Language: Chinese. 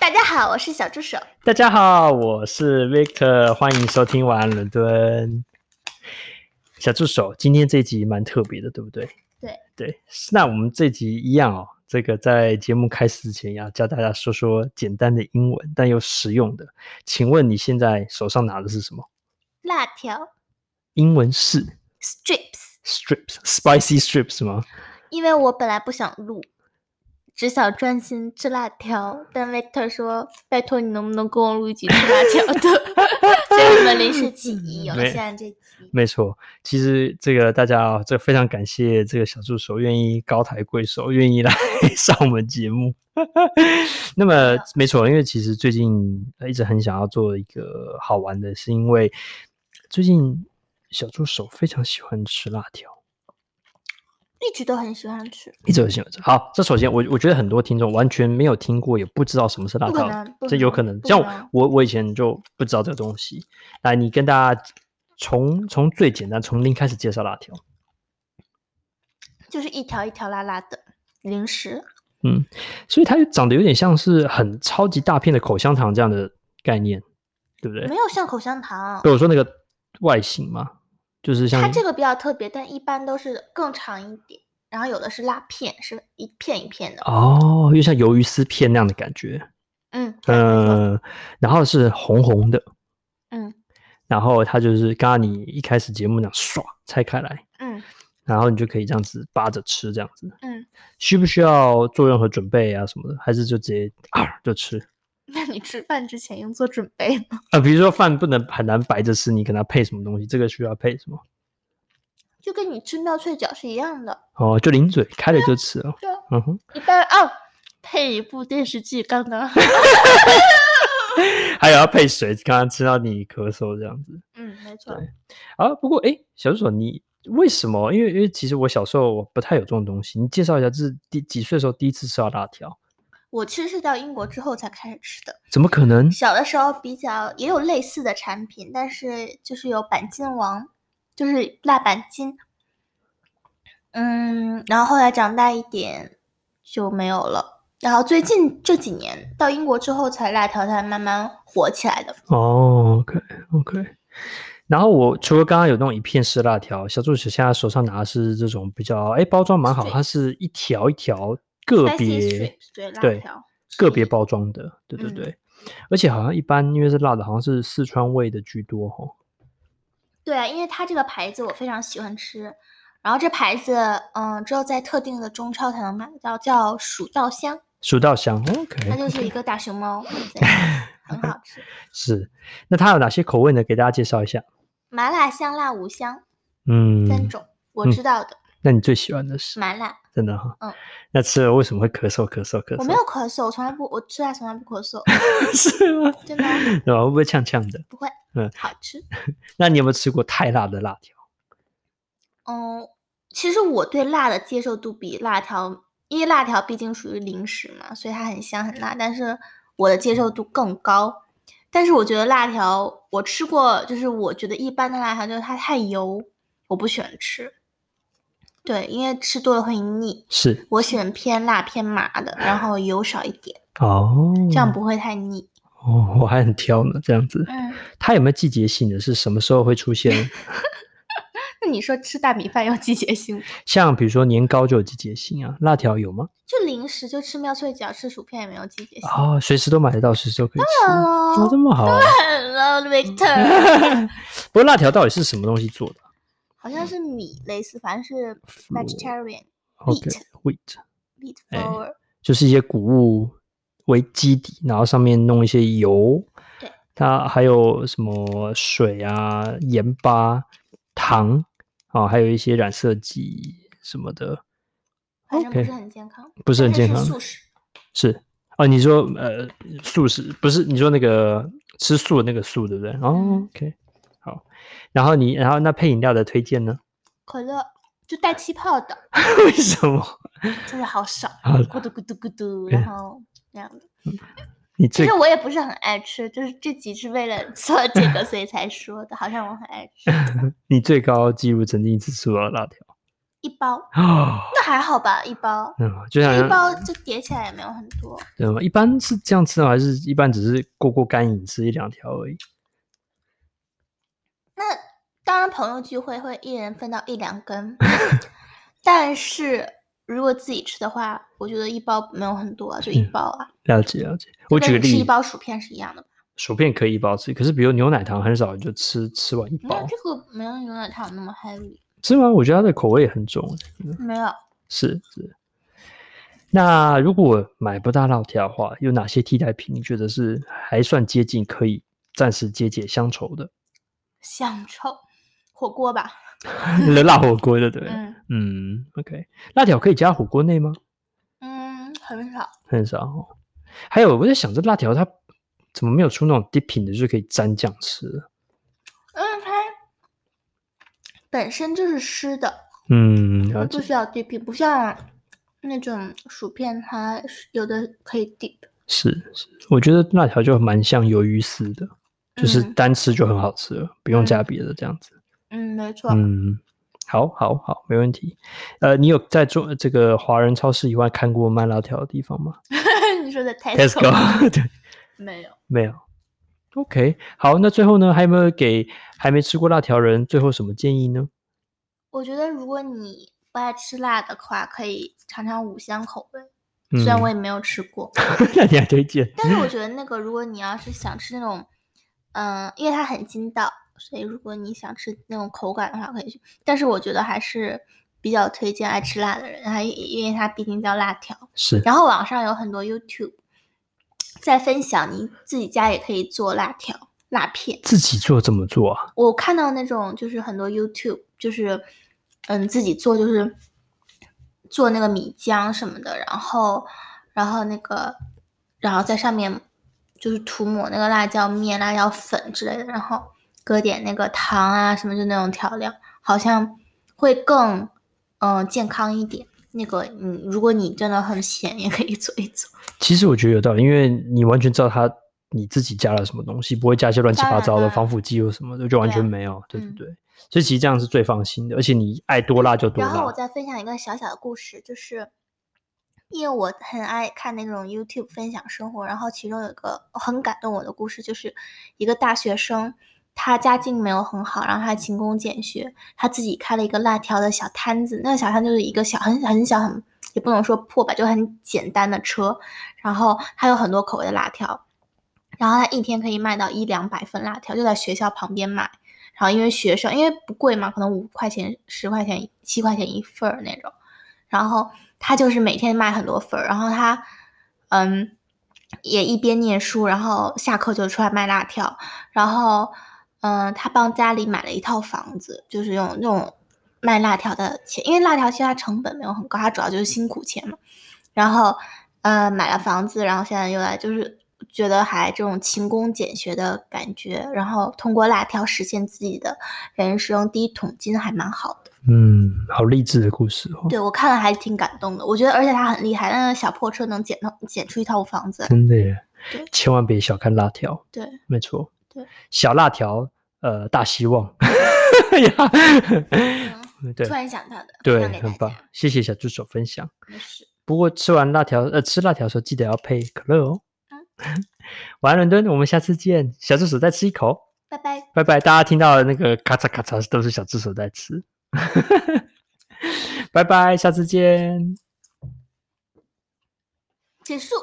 大家好，我是小助手。大家好，我是 Victor，欢迎收听《晚安伦敦》。小助手，今天这集蛮特别的，对不对？对对，那我们这集一样哦。这个在节目开始之前，要教大家说说简单的英文，但又实用的。请问你现在手上拿的是什么？辣条英文是 strips， strips spicy strips 吗？因为我本来不想录，只想专心吃辣条，但 Victor 说：“拜托你能不能跟我录一集吃辣条 的？”所以我们临时起意有了没现在这集。没错，其实这个大家啊、这非常感谢这个小助手愿意高抬贵手，愿意来 上我们节目。 那啊么没错，因为其实最近呃一直很想要做一个好玩的，是因为最近小助手非常喜欢吃辣条。一直都很喜欢吃，一直有新闻。好，这首先我我觉得很多听众完全没有听过，也不知道什么是辣不可条能不，这有可可能能。不像可能我我以前就不知道这个东西。来，你跟大家从从最简单从零开始介绍辣条。就是一条一条辣辣的零食。所以它就长得有点像是很超级大片的口香糖这样的概念，对不对没？有像口香糖，对我说那个外形嘛，就是像它这个比较特别，但一般都是更长一点，然后有的是辣片，是一片一片的。哦，又像鱿鱼丝片那样的感觉，嗯，对没错嗯、然后是红红的，嗯然后它就是刚刚你一开始节目那样唰拆开来，嗯 然后你就可以这样子扒着吃，这样子嗯，需不需要做任何准备啊什么的，还是就直接啊就吃？那你吃饭之前要做准备吗？啊，比如说饭不能很难白着吃，你给它配什么东西？这个需要配什么？就跟你吃妙脆角是一样的。哦，就零嘴开了就吃哦。对啊，嗯哼，一般哦，配一部电视剧刚刚 好。还有要配水，刚刚吃到你咳嗽这样子嗯，没错。啊。不过诶，小助手，你为什么？因为因为其实我小时候我不太有这种东西，你介绍一下，这是第几岁的时候第一次吃到辣条？我其实是到英国之后才开始吃的。怎么可能？小的时候比较也有类似的产品，但是就是有板筋王，就是辣板筋。嗯，然后后来长大一点就没有了。然后最近这几年到英国之后，才辣条才慢慢火起来的。哦，OK OK。然后我除了刚刚有那种一片式辣条，小助手现在手上拿的是这种比较诶，包装蛮好，它是一条一条个 Spicy 别 strips，对辣对条，个别包装的，对对嗯对。而且好像一般因为是辣的，好像是四川味的居多哦。对啊，因为它这个牌子我非常喜欢吃，然后这牌子嗯，只有在特定的中超才能买到，叫蜀道 香，蜀道香它，OK，就是一个大熊猫在那儿，很好吃。是。那它有哪些口味呢？给大家介绍一下。麻辣、香辣、五香嗯，三种，我嗯知道的那你最喜欢的是麻辣，真的哈？嗯。那吃了为什么会咳嗽？咳嗽？咳嗽？我没有，咳嗽，我从来不，我吃辣从来不咳嗽， 是吗？真的啊对吧？会不会呛呛的？不会， 嗯好吃。那你有没有吃过太辣的辣条？嗯，其实我对辣的接受度比辣条，因为辣条毕竟属于零食嘛，所以它很香很辣，但是我的接受度更高。但是我觉得辣条，我吃过，就是我觉得一般的辣条就是它太油，我不喜欢吃。对，因为吃多了会腻，是我喜欢偏辣偏麻的，然后油少一点，哦，这样不会太腻。哦，我还很挑呢，这样子。嗯，它有没有季节性的？是什么时候会出现？那你说吃大米饭要季 节性吗？像比如说年糕就有季节性啊，辣条有吗？就零食就吃妙脆角，吃薯片也没有季节性。哦，随时都买得到，随时都可以吃。当然怎咯么这么好啊？ Hello Victor， 不过辣条到底是什么东西做的好像是米类似，反正是 vegetarian ？OK Wheat wheat meat 哎 forward。啊就是一些谷物为基底，然后上面弄一些油对，它还有什么水啊、盐巴、糖啊、还有一些染色剂什么的，反正不 OK 是很健康，不是很健但康是。素食。是哦，你说呃素食不是你说那个吃素的那个素对不对？哦嗯，OK，好。然后你然后那配饮料的推荐呢？ 可乐就带气泡的，为什么？真的好少，好哎咕嘟咕嘟咕嘟，然后那样的。你其最实我也不是很爱吃，就是这集是为了做这 个所以才说的，好像我很爱吃。你最高纪录曾经一次吃到辣条一包，啊，那还好吧，一包，嗯，就像一包就叠起来也没有很多。对吗？一般是这样吃呢，还是一般只是过过干瘾吃一两条而已？那当然，朋友聚会会一人分到一两根， 但是如果自己吃的话，我觉得一包没有很多啊，就一嗯包啊。了解了解。我跟举个你吃例一，包薯片是一样的吧？薯片可以一包吃，可是比如牛奶糖很少就吃吃完一没有包，这个没有牛奶糖那么 heavy，是吗？我觉得它的口味也很重，没有。是是。那如果买不到辣条的话，有哪些替代品？你觉得是还算接近可以暂时解解乡愁的？ 香臭火锅吧，辣火锅的对不对？嗯嗯 o k 辣条可以加火锅内吗？嗯，很少。很少哦。还有，我在想这辣条它怎么没有出那种 dipping 的，就是可以沾酱吃的？因为它嗯本身就是湿的，嗯，它了解不。需要 dip，不像那种薯片，它是有的可以 dip。是是，我觉得辣条就蛮像鱿鱼丝的，就是嗯单吃就很好吃了，不用加别的这样子。嗯，没错。嗯，好，好，好，没问题。呃，你有在中这个华人超市以外看过卖辣条的地方吗 你说的 Tesco ？Tesco，对，没有？没有。OK，好，那最后呢，还有没有给还没吃过辣条人最后什么建议呢？我觉得如果你不爱吃辣的话，可以尝尝五香口味，嗯，虽然我也没有吃过， 那你还推荐？但是我觉得那个如果你要是想吃那种，嗯、因为它很筋道，所以如果你想吃那种口感的话，可以去。但是我觉得还是比较推荐爱吃辣的人，还因为它毕竟叫辣条。是然后网上有很多 YouTube 在分享，你自己家也可以做辣条、辣片。自己做怎么做啊？我看到那种就是很多 YouTube 就是，嗯，自己做就是做那个米浆什么的，然后然后那个然后在上面就是涂抹那个辣椒面、辣椒粉之类的，然后搁点那个糖啊什么就那种调料，好像会更嗯、呃健康一点。那个你如果你真的很 闲，也可以做一做。其实我觉得有道理，因为你完全知道它你自己加了什么东西，不会加一些乱七八糟当的然啊防腐剂或什么的，就完对啊全没有，对对嗯对。所以其实这样是最放心的，而且你爱多辣就多然后辣我。再分享一个小小的故事，就是因为我很爱看那种 YouTube 分享生活，然后其中有一个很感动我的故事，就是一个大学生，他家境没有很好，然后他勤工俭学，他自己开了一个辣条的小摊子，那个小摊就是一个小很很小很也不能说破吧，就很简单的车，然后他有很多口味的辣条。然后他一天可以卖到一两百份辣条，就在学校旁边买。然后因为学生因为不贵嘛，可能五块钱、十块钱、七块钱一份儿那种。然后他就是每天卖很多份儿，然后他嗯也一边念书，然后下课就出来卖辣条。然后嗯，他帮家里买了一套房子，就是用那种卖辣条的钱，因为辣条其实它成本没有很高，它主要就是辛苦钱嘛。然后呃买了房子，然后现在又来就是觉得还这种勤工俭学的感觉，然后通过辣条实现自己的人生第一桶金，还蛮好的。嗯，好励志的故事哦，对我看了还挺感动的，我觉得而且他很厉害，那个小破车能捡到捡出一套房子来。真的耶对！千万别小看辣条，对，没错，对，小辣条，呃，大希望。 嗯对突然想到的，分对享，给很大棒家，谢谢小助手分享。没事，不过吃完辣条，呃，吃辣条的时候记得要配可乐哦嗯。 晚安，伦敦，我们下次见。小助手再吃一口，拜拜。拜拜。大家听到的那个咔嚓咔嚓都是小助手在吃， 拜拜，下次见。结束。